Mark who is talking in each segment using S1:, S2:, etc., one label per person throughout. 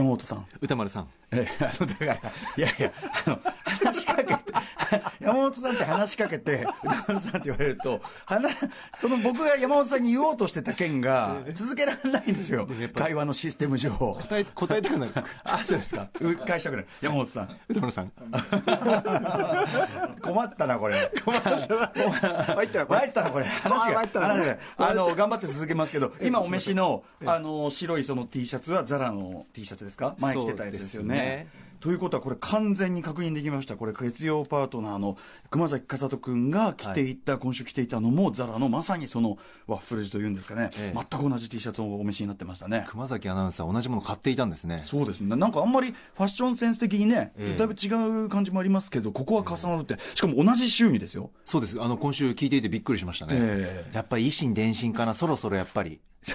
S1: 山本さん。
S2: 歌丸さん。
S1: ええ、あの、だから、いやいや、あの、話しかけて、山本さんって話しかけて、歌丸さんって言われると、話、その僕が山本さんに言おうとしてた件が、続けられないんですよ。会話のシステム上。
S2: 答え、答えたく なる。
S1: あ、そうですか。う返したくない。山本さん。
S2: 歌丸さん。
S1: 困ったな、これ。
S2: 入ったらこれ
S1: 参ったなこれ話が
S2: 参ったな
S1: 話
S2: こ
S1: が
S2: れ
S1: あの頑張って続けますけど今お召しのあの白いその T シャツはザラの T シャツですか前着てたやつですよね
S2: そうですね
S1: ということはこれ完全に確認できましたこれ月曜パートナーの熊崎風人君が着ていた、今週着ていたのもザラのまさにそのワッフル地というんですかね、
S2: ええ
S1: 全く同じ T シャツをお召しになってましたね
S2: 熊崎アナウンサー同じもの買っていたんですね。
S1: そうですねなんかあんまりファッションセンス的にね、
S2: ええ
S1: だいぶ違う感じもありますけどここは重なるって、しかも同じ趣味ですよ
S2: そうです。あの、今週聞いていてびっくりしましたね。
S1: え
S2: やっぱり維新伝心かな、そろそろやっぱり。
S1: そ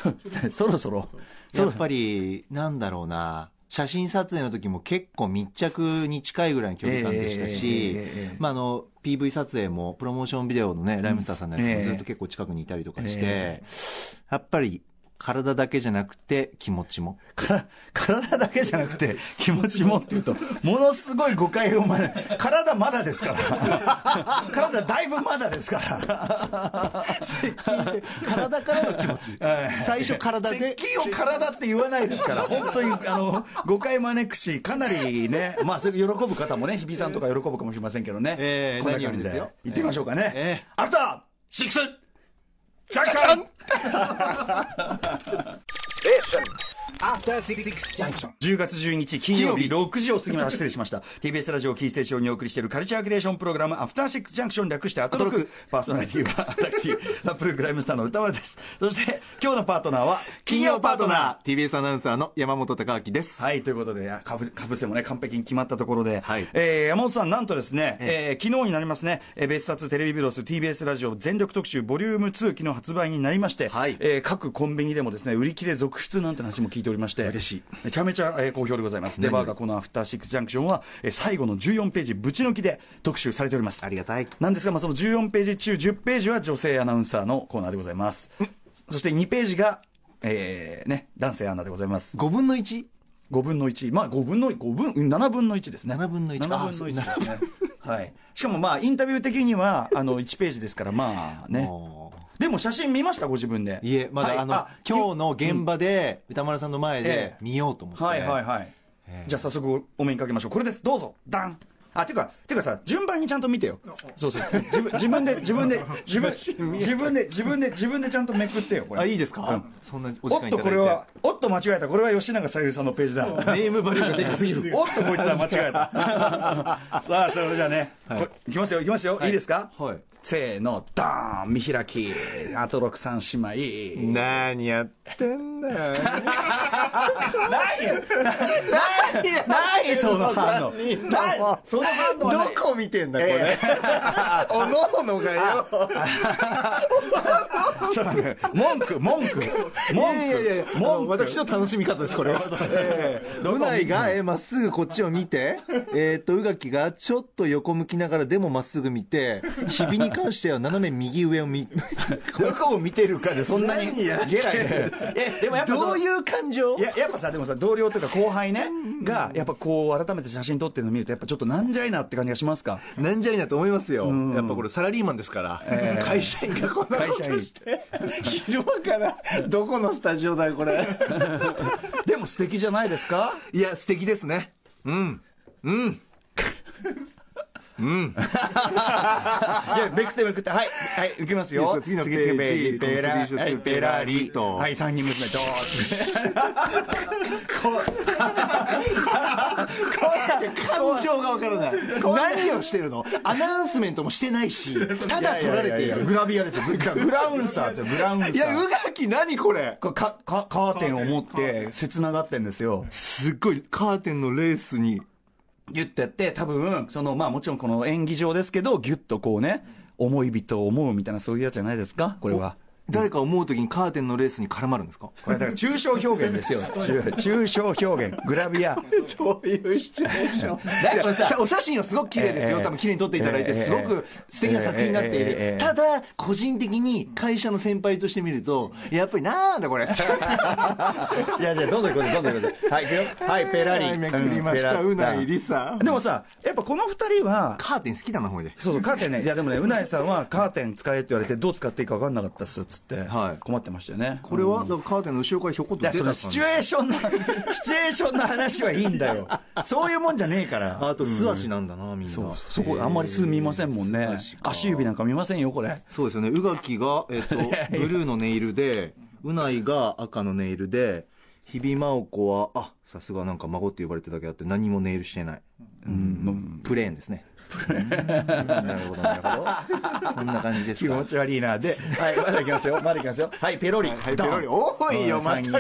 S1: そろそろ
S2: やっぱり、なんだろうな。写真撮影の時も結構密着に近いぐらいの距離感でした
S1: えええ
S2: し
S1: えええ、
S2: まああの、PV 撮影も、プロモーションビデオのね、ライムスターさんのやつ
S1: ええ
S2: もずっと結構近くにいたりとかし
S1: え
S2: て、やっぱり体だけじゃなくて気持ちも。
S1: から体だけじゃなくて気持ちもっていうとものすごい誤解を生まれ体まだですから 体だいぶまだですから
S2: 体からの気持 ち
S1: はい
S2: 最初体で
S1: 接。近を体って言わないですから本当にあの誤解招くしかなりねまあそれ喜ぶ方もね日比さんとか喜ぶかもしれませんけどね、
S2: ええ
S1: こんな感じ
S2: 何よりですよ
S1: 行ってみましょうかね、
S2: ええ
S1: アフターシックスジャンクション
S3: After Six Junction.
S1: 10月12日金曜 日6時を過ぎました失礼し ました TBS ラジオをキーステーションにお送りしているカルチャークリエーションプログラム「アフターシックスジャンクション」略して「アトロ ク」パーソナリティは 私ラップルクライムスターの歌丸ですそして今日のパートナーは金曜パートナー
S2: TBS アナウンサーの山本孝明です。
S1: はい、ということで、かぶかぶせもね、完璧に決まったところで、
S2: はい
S1: えー山本さん、なんとですね、えー昨日になりますね、えー別冊テレビブロス TBS ラジオ全力特集ボリューム2、昨日発売になりまして、
S2: はい
S1: えー各コンビニでもですね、売り切れ続出なんて話も聞いておりまして、
S2: 嬉しい
S1: めちゃめちゃ、えー好評でございます。デ
S2: 何
S1: バ
S2: よ
S1: ー
S2: り
S1: がこのアフターシックスジャンクションは、えー最後の14ページ、ぶち抜きで特集されております。
S2: ありがたい。
S1: なんですが、まあ、その14ページ中10ページは女性アナウンサーのコーナーでございます。そして2ページが、えーね、男性アナでございます。
S2: 5分の 1?
S1: 5分の1、まあ、5分の5分、うん7分の1ですね。
S2: 7分の1
S1: 7分の1ですね。はい、しかもまあインタビュー的にはあの1ページですからまあね
S2: もう
S1: でも写真見ましたご自分で
S2: いえ、まだ、
S1: はい
S2: あの、今日の現場で、歌丸さんの前で
S1: ええ
S2: 見ようと思って。
S1: はいはいはい、じゃあ早速お目にかけましょうこれですどうぞダンあていうかていうかさ順番にちゃんと見てよそうそう自分自分で自分で自分自分で自分で自分でちゃんとめくってよこれ
S2: あ、いいですか、
S1: うん
S2: そんなお時
S1: お
S2: 間
S1: っ
S2: いただいて。
S1: とこれはおっと間違えたこれは吉永小百合さんのページだ
S2: ネームバリューがでかすぎる。
S1: おっとこいつは間違えた さあそれじゃあね、
S2: はい
S1: こい、きますよいきますよ、い、いですか、
S2: はい
S1: せーのダーン見開きアトロク三姉妹
S2: 何やってんだ よ。
S1: ないないその反応ないその反応はない
S2: こ見てんだ、こ
S1: れ。
S2: おのおのがよ。
S1: ちょっと待って文句文句文句
S2: いやいやいや、
S1: 文句
S2: 私の楽しみ方です、これは。ええうないが、えーまっすぐこっちを見 て、えーっと、うがきがちょっと横向きながらでもまっすぐ見て、ひびに関しては斜め右上を 見、
S1: どこを見てるかでそんなにゲラゲラえでもやっぱその
S2: どういう感情
S1: いややっぱさでもさ同僚とか後輩ねがやっぱこう改めて写真撮ってるの見るとやっぱちょっとなんじゃいなって感じがしますか
S2: なんじゃいなと思いますよ。やっぱこれサラリーマンですから、会社員がこんなことして、昼間から、どこのスタジオだよ、これ。
S1: でも素敵じゃないですか
S2: いや、素敵ですね。うん。うん。
S1: じゃあ、めくってめくって、はい、はい、いきますよ。
S2: 次の
S1: 次々ページ、ペ
S2: ペー
S1: ラ、
S2: ジこの
S1: はい、ペラリと。はい、三人娘と。こ
S2: 感情がわからない。何をしてるのアナウンスメントもしてないし、ただ取られている。
S1: グラビアですよ。 ググラウンサーですよ、グラウンサー。
S2: いや、うがき何これ
S1: これかかカーテンを持って、切ながってんですよ。
S2: すっごい、カーテンのレースに。
S1: ギュッとやって、多分、その、まあもちろんこの演技上ですけど、ギュッとこうね、思い人を思うみたいなそういうやつじゃないですかこれは。
S2: 誰か思う時にカーテンのレースに絡まるんですか
S1: これだから抽象表現ですよ 抽象表現グラビア
S2: どういうシチュエーション
S1: だからさ
S2: お写真はすごく綺麗ですよ、
S1: ええ
S2: 多分綺麗に撮っていただいて、
S1: ええ
S2: すごく素敵な作品になっている、
S1: ええ
S2: ただ個人的に会社の先輩として見るとやっぱりなんだこれ
S1: じゃあじゃあどんどん行こうどんどん行こうはい行くよはいペラリ
S2: はいめくりました
S1: うん
S2: うないりさ
S1: でもさやっぱこの二人は
S2: カーテン好きだなほいで
S1: そうそうカーテンねいやでもねうないさんはカーテン使えって言われてどう使っていいか分かんなかったっすっつって、
S2: はい
S1: 困ってましたよね
S2: これは、だからカーテンの後ろからひょこっ
S1: い
S2: と
S1: や
S2: 出た
S1: そのシチュエーションの シチュエーションの話はいいんだよそういうもんじゃねえから
S2: あと素足なんだな、みんな
S1: そうそこあんまり数見ませんもんね足指なんか見ませんよこれ
S2: そうですよね宇垣が、え っと、ブルーのネイルでうないが赤のネイルで日比真央子はあさすがなんか孫って呼ばれてるだけあって何もネイルしてない
S1: うん
S2: プレーンですねなるほどなるほどそんな感じです
S1: 気
S2: か
S1: 持ち悪いなで、はい、まだいきますよまだいきますよはいペロリはい
S2: ペロリ多いよまた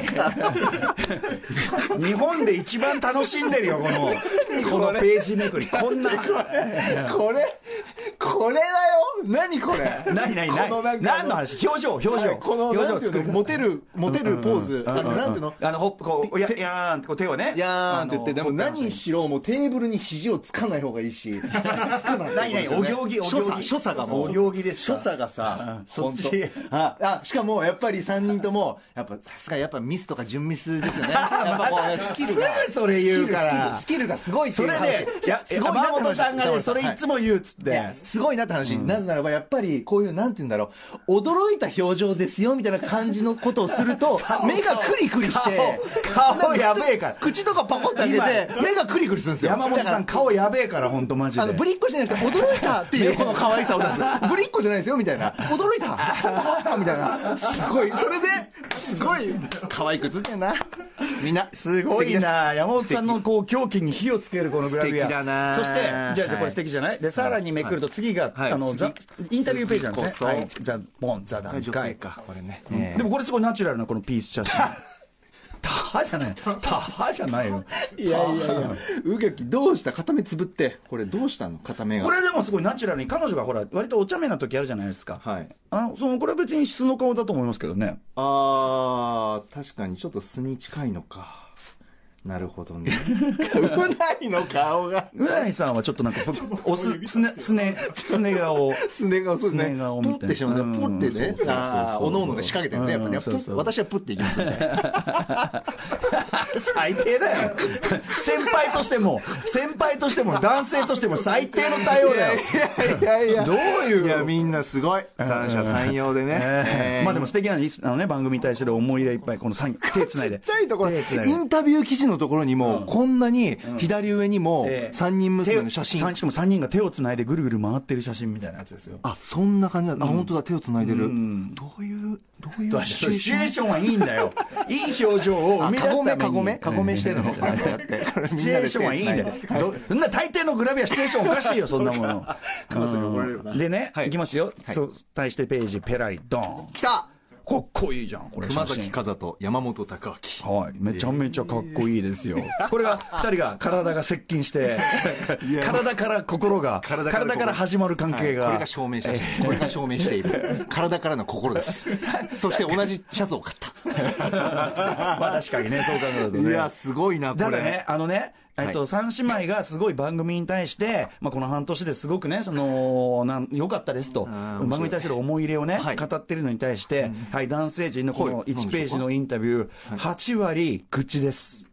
S1: 日本で一番楽しんでるよこ のこのページめくりこんな
S2: これこれだよ何これ
S1: ないないない
S2: このなんか
S1: 何の話表情表情
S2: この
S1: 表情
S2: なんていう
S1: 作
S2: の
S1: る
S2: モテるモテるポーズあのなんていうの
S1: あのほっこうややーんってこう手をね
S2: いやーんって言って、でも
S1: あの
S2: 何しろ、もうテーブルに肘をつかない方がい いし、つかない。
S1: ないないお行儀お行儀
S2: 所作、所作がもう。
S1: お行儀ですか
S2: 所作がさ、
S1: うんそっち
S2: ほんとあ、あしかもやっぱり3人とも、やっぱさすがやっぱミスとか準ミスです よね。やっぱこう、スキル
S1: す
S2: が。
S1: ぐそれ言うから
S2: スキルスキルスキルがすごいって
S1: そ
S2: いう
S1: れ
S2: 話
S1: ねいや
S2: すごいなって
S1: 山
S2: 話
S1: 本さんが
S2: です
S1: ね
S2: よ
S1: それい
S2: はい
S1: つも言うっつって、
S2: いやすごいなって話、なぜならばやっぱりこういうなんて言うんだろう驚いた表情ですよみたいな感じのことをすると目がクリクリして
S1: 顔顔
S2: なん
S1: やべえから
S2: 口とかパコッて開けて目がクリクリするんですよ
S1: 山本さん
S2: だか
S1: 顔やべえから本当マジ
S2: ら
S1: で
S2: あのぶりっこじゃなくて驚いたっていうこの可愛さを出すぶりっこじゃないですよみたいな驚いたみたいなすごいそれですごい可愛く映ってんなみんな
S1: すごいな山本さんのこう狂気に火をつけるこのグラビア
S2: 素敵だな
S1: そしてじゃあじゃあこ
S2: は
S1: れ
S2: い
S1: 素敵じゃない、でさらにめくると次が、
S2: はい
S1: あの
S2: 次
S1: ザインタビューページなんですね、は
S2: 次
S1: い
S2: こ、
S1: ザ・ボンザ・段
S2: 素敵な女
S1: 階
S2: 性かこれね、
S1: でもこれすごいナチュラルなこのピース写 真タハじゃないタハじゃないよ
S2: いやいやい や宇垣どうした片目つぶってこれどうしたの片目が
S1: これでもすごいナチュラルに彼女がほら割とお茶目な時あるじゃないですか、
S2: はい
S1: あのそのこれは別に質の顔だと思いますけどね
S2: あー確かにちょっと素に近いのかなるほどねうないの顔が
S1: うないさんはちょっとなん かおすすねすねすね顔
S2: すね顔そうです
S1: す
S2: ね
S1: ね顔みた
S2: プ
S1: いな
S2: ってしまうねポ
S1: うん
S2: ッてねあーおのおのが仕掛けてるねやっぱ
S1: う
S2: ね
S1: んそうそう
S2: プッ私はプッていきます ね
S1: 最低だよ先輩としても先輩としても男性としても最低の対応だよ
S2: いやいや
S1: どういう
S2: いやみんなすごい三者三様でね、
S1: えーまあでも素敵なのにあのね番組に対する思い入れいっぱいこの三手つな
S2: ち
S1: い
S2: っ
S1: で
S2: ちゃいところ、
S1: 手
S2: イ
S1: つないで
S2: ンタビュー記事のところにも、こんなに左上にも
S1: ええ
S2: 3人娘の写真、
S1: 手をさんしかも3人が手をつないでぐるぐる回ってる写真みたいなやつですよ
S2: あそんな感じなんだ、あ本当だ手をつないでる、どういうどういう
S1: シチュエーションはいいんだよ いい表情を生
S2: あ
S1: み出すために
S2: カゴメカゴメカゴメしてるの こうやって
S1: シチュエーションはいいんだよどそんな大抵のグラビアシチュエーションおかしいよそんなもの
S2: 川崎怒られるな
S1: うんでね、
S2: はい
S1: い、きますよ、そう対してページペラリドン
S2: 来た
S1: かっこいいじゃんこれ
S2: 熊
S1: 写真
S2: 崎風と山本隆明
S1: はい、めちゃめちゃかっこいいですよ、これが2人が体が接近 して、体から心が、体から始まる関係が、
S2: はいこれが証明したこれが証明してい る体からの心ですそして同じシャツを買っ
S1: まあ確かにね、そう考えると
S2: た
S1: ね。
S2: いやすごいなこれ
S1: ただね、あのね、えっと、三姉妹がすごい番組に対して、まあ、この半年ですごくね、その、なん、良かったですと、
S2: ー面
S1: 番
S2: 白い
S1: 組に対する思い入れをね、
S2: はい
S1: 語ってるのに対して、はい、男性陣のこ
S2: は
S1: の
S2: い
S1: 1ページのインタビュー、8割口です。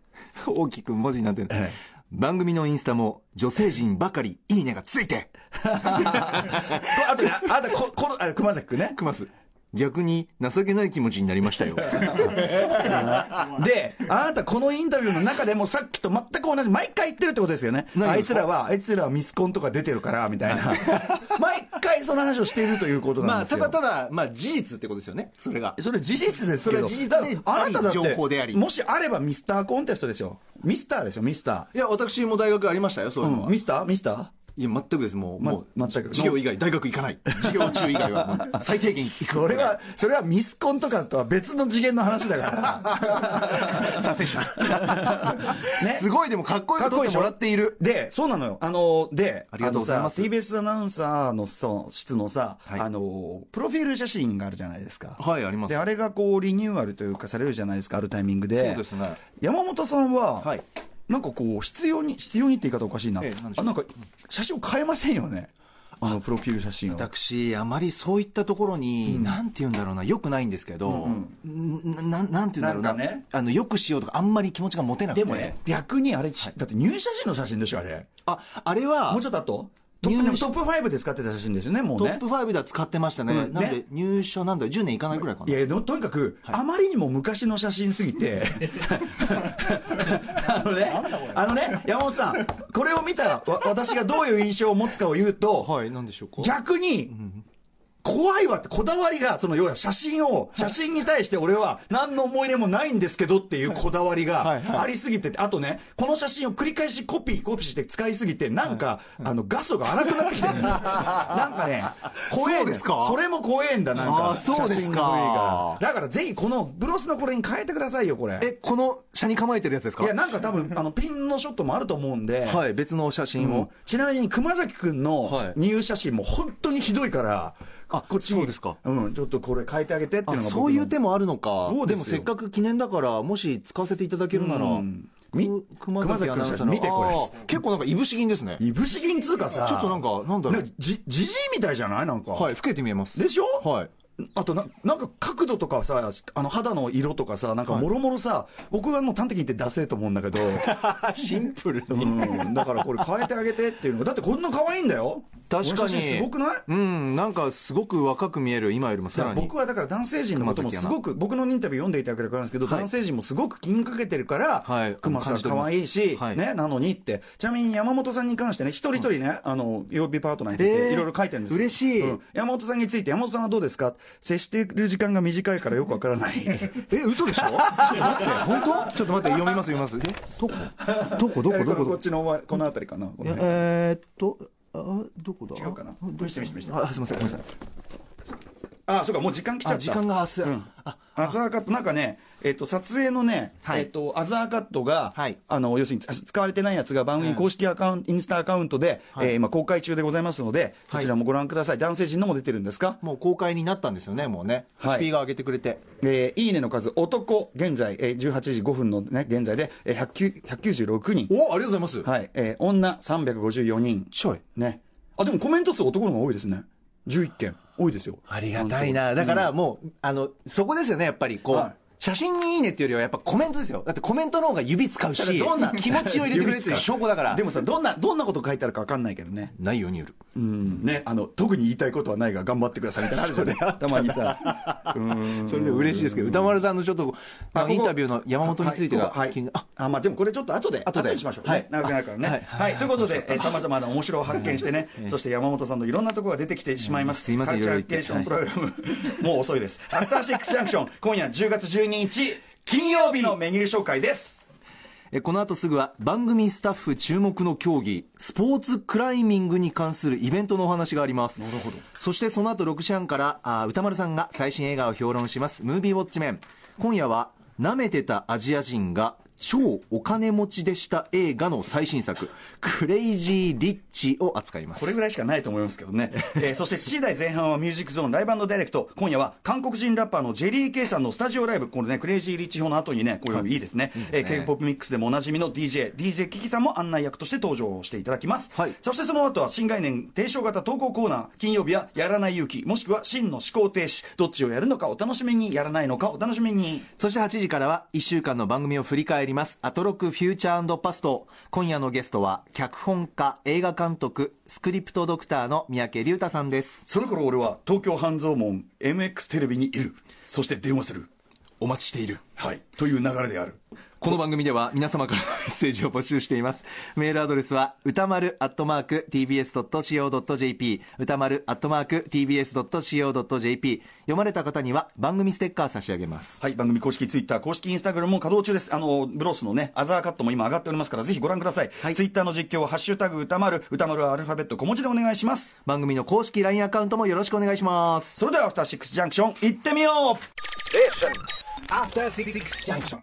S2: 大きく文字になってる、
S1: ええ
S2: 番組のインスタも女性陣ばかりいいねがついて
S1: こあとね、あと、こ、この、あ熊崎くんね。
S2: クマス逆に情けない気持ちになりました よ
S1: で、あなたこのインタビューの中でもさっきと全く同じ、毎回言ってるってことですよね。
S2: 何が
S1: あ
S2: で
S1: い
S2: す
S1: つ
S2: から
S1: は、あいつらはミスコンとか出てるから、みたい な。毎回その話をしているということ
S2: ま
S1: なん
S2: あ
S1: ですよ。
S2: ただただ、まあ、事実ってことですよねそれが
S1: それ事実です
S2: そ
S1: け
S2: れ
S1: ど
S2: は事実で
S1: あなただって
S2: あり情報であり
S1: もしあればミスターコンテストですよミスターですよミスタ
S2: いや私も大学ありましたよそう
S1: ー、
S2: いううのは、
S1: ん、ミスターミスタ
S2: いや、全くです。もう、
S1: ま
S2: もう、
S1: 全く
S2: 授業以外、大学行かない。授業中以外は、もう最低限行く。
S4: それは、それはミスコンとかとは別の次元の話だから。
S2: 賛成した。
S1: ね
S2: すごい、でもかっこよ
S1: かっ
S2: く
S1: こ
S2: 撮
S1: いいで
S2: って
S1: しょ
S2: もらっている。
S1: で、そうなのよ。あの、で、
S2: ありがとうございま
S1: あ
S2: す
S1: のさ TBS アナウンサーのさ質のさ、
S2: はい
S1: あの、プロフィール写真があるじゃないですか。
S2: はい、あります。
S1: で、あれがこう、リニューアルというかされるじゃないですか、あるタイミングで。
S2: そうですね
S1: 山本さんは、
S2: はい
S1: なんかこう、必要に、必要にって言い方おかしいな。
S2: ええなんでし
S1: あ
S2: ょう
S1: なんか、写真を変えませんよね。あの、プロフィール写真を。
S2: 私、あまりそういったところに、なんて言うんだろうな、よくないんですけど、んななんて言うんだろうな、
S1: なんかね
S2: あの、よくしようとか、あんまり気持ちが持てなくて。
S1: でもね、逆にあれ、ちだって入社時の写真でしょ、あれ。
S2: あ、あれは、
S1: もうちょっと後トップ
S2: 入社
S1: トップ5で使ってた写真ですよね、もう
S2: ト
S1: ね。
S2: ップ5では使ってましたね。
S1: うん
S2: なん
S1: ね
S2: で、入社なんだろう、10年いかないくらいか
S1: い
S2: な。
S1: やでもとにかく、あまりにも昔の写真すぎ てあのねあのね山本さんこれを見たわ私がどういう印象を持つかを言うと、
S2: はい、なんでしょうか。
S1: 逆に、怖いわって、こだわりが、その、要は写真を、写真に対して俺は何の思い入れもないんですけどっていうこだわり
S2: はいはい
S1: がありすぎてて、あとね、この写真を繰り返しコピー、コピーして使いすぎて、なんか、あの、画素が荒くなってきてるんだよ なんかね、怖え
S2: そうんですか
S1: それも怖えんだ、なんか。
S2: あーそうで
S1: 写
S2: すか
S1: 真の部位がだからぜひ、このブロスのこれに変えてくださいよ、これ。
S2: え、この、車に構えてるやつですか
S1: いや、なんか多分、あの、ピンのショットもあると思うんで、
S2: はい、別の写真を。
S1: ちなみに熊崎くん
S2: は
S1: の
S2: い
S1: 入社真も本当にひどいから、
S2: あ
S1: こっちに
S2: そうですか
S1: うん、ちょっとこれ変えてあげてっていうの
S2: あ
S1: が僕の
S2: そういう手もあるのか
S1: そう
S2: で
S1: ですよ
S2: もせっかく記念だからもし使わせていただけるなら、
S1: うんみ
S2: く熊崎アナウンサーの
S1: 熊崎君見てこれ
S2: あー結構なんかいぶし銀ですね
S1: いぶし銀つうかさ、
S2: ちょっとなんかなんだろう
S1: じじじいみたいじゃないなんか。
S2: はい老けて見えます
S1: でしょ
S2: はい
S1: あとな、なんか角度とかさ、あの肌の色とかさ、なんかもろもろさ、僕はもう端的に言ってダセえと思うんだけど、
S2: シンプル
S1: うん、だからこれ変えてあげてっていうのが、だってこんな可愛いんだよ。
S2: 確かに
S1: この写真すごくない
S2: うんなんかすごく若く見える今よりもさらに
S1: 僕はだから男性陣のことも
S2: 熊
S1: す
S2: 崎アナ
S1: ごく僕のインタビュー読んでいただければ分かるんですけど、男性陣もすごく気にかけてるから、
S2: はい
S1: 熊さん可愛いし、
S2: はい
S1: ね、なのにってちなみに山本さんに関してね一人一人ね、あの曜日パートナーについ
S2: えー
S1: ていろいろ書いてるんですよ
S2: 嬉しい
S1: うん山本さんについて山本さんはどうですか接してる時間が短いからよくわからない
S2: え嘘 でしょちょっと待って本当ちょっと待って読みます読みますえ どこどこどこどこ
S1: こ
S2: ど
S1: っ
S2: こ
S1: ちのお前この辺りかなこの辺
S2: えー、っとあどこだ
S1: 違うかな見して見して見して
S2: あすいませんごめんなさい
S1: あそうかもう時間来ちゃった
S2: あ時間が明日、
S1: うん
S2: あ
S1: アザーカット、なんかね、えっと撮影のね、
S2: はい
S1: えっとアザーカットが、
S2: はい
S1: あの要するにつ使われてないやつが番組公式アカウント、インスタアカウントで、
S2: はい
S1: えー今、公開中でございますので、そちらもご覧ください、男性陣のも出てるんですか、
S2: もう公開になったんですよねもうね、
S1: はい
S2: スピーが上げてくれて
S1: えーいいねの数、男、現在、えー18時5分の、ね、現在で、えー109 196人、
S2: おありがとうございます、
S1: はいえー女354人、
S2: ちょい
S1: ね、あでもコメント数、男の方が多いですね、11件、多いですよ。
S2: ありがたいなだからもう、あのそこですよねやっぱりこう、
S1: はい
S2: 写真にいいねっていうよりはやっぱコメントですよだってコメントの方が指使うし
S1: どんな
S2: 気持ちを入れてくれるっていう証拠だから
S1: でもさどんな、どんなこと書いてあるか分かんないけどね、
S2: 内容による
S1: うんね、あの特に言いたいことはないが頑張ってくださいみたいなのあるじゃないたまにさうん
S2: それで嬉しいですけど歌丸さんのちょっと
S1: あここ
S2: インタビューの山本についてが
S1: はい
S2: 気にな
S1: ああまあでもこれちょっと後で
S2: 後
S1: 後
S2: で
S1: でにしましょうね、
S2: はい
S1: 長くなるからね
S2: あ
S1: は
S2: はい
S1: い、ということでさまざまな面白を発見してね、そして山本さんのいろんなところが出てきてしまいます、
S2: すいません
S1: カルチャ
S2: い
S1: ー
S2: ろいろ
S1: ケーション
S2: 言って
S1: プログラム、もう遅いですアフターシックスジャンクション今夜10月12日金曜日のメニュー紹介です
S2: えこの後すぐは番組スタッフ注目の競技スポーツクライミングに関するイベントのお話がありますなるほどそしてその後6時半からあー歌丸さんが最新映画を評論します「ムービーウォッチメン」今夜は舐めてたアジア人が超お金持ちでした映画の最新作「クレイジー・リッチ」を扱います
S1: これぐらいしかないと思いますけど ね、えーそして7時台前半はミュージックゾーンライブダイレクト今夜は韓国人ラッパーのジェリー・ケイさんのスタジオライブこれねクレイジー・リッチ表の後にねこういうのいいですね、えー K-POP ミックスでもおなじみの DJ DJ キキさんも案内役として登場していただきます、
S2: はい
S1: そしてその後は新概念提唱型投稿コーナー金曜日はやらない勇気もしくは真の思考停止どっちをやるのかお楽しみにやらないのかお楽しみに
S2: そして8時からは1週間の番組を振り返ります。アトロックフューチャーパスト。今夜のゲストは、脚本家、映画監督、スクリプトドクターの三宅隆太さんです。
S1: その頃俺は東京半蔵門 MX テレビにいるそして電話する
S2: お待ちしている。
S1: はいという流れである
S2: この番組では皆様からのメッセージを募集しています。メールアドレスは、歌丸アットマーク tbs.co.jp、歌丸アットマーク tbs.co.jp、読まれた方には番組ステッカー差し上げます。
S1: はい、番組公式ツイッター、公式インスタグラムも稼働中です。あの、ブロスのね、アザーカットも今上がっておりますから、ぜひご覧ください。ツイッターの実況は、ハッシュタグ歌丸、歌丸はアルファベット小文字でお願いします。
S2: 番組の公式 LINE アカウントもよろしくお願いします。
S1: それでは、アフターシックスジャンクション、行ってみよう
S3: After Six Junction.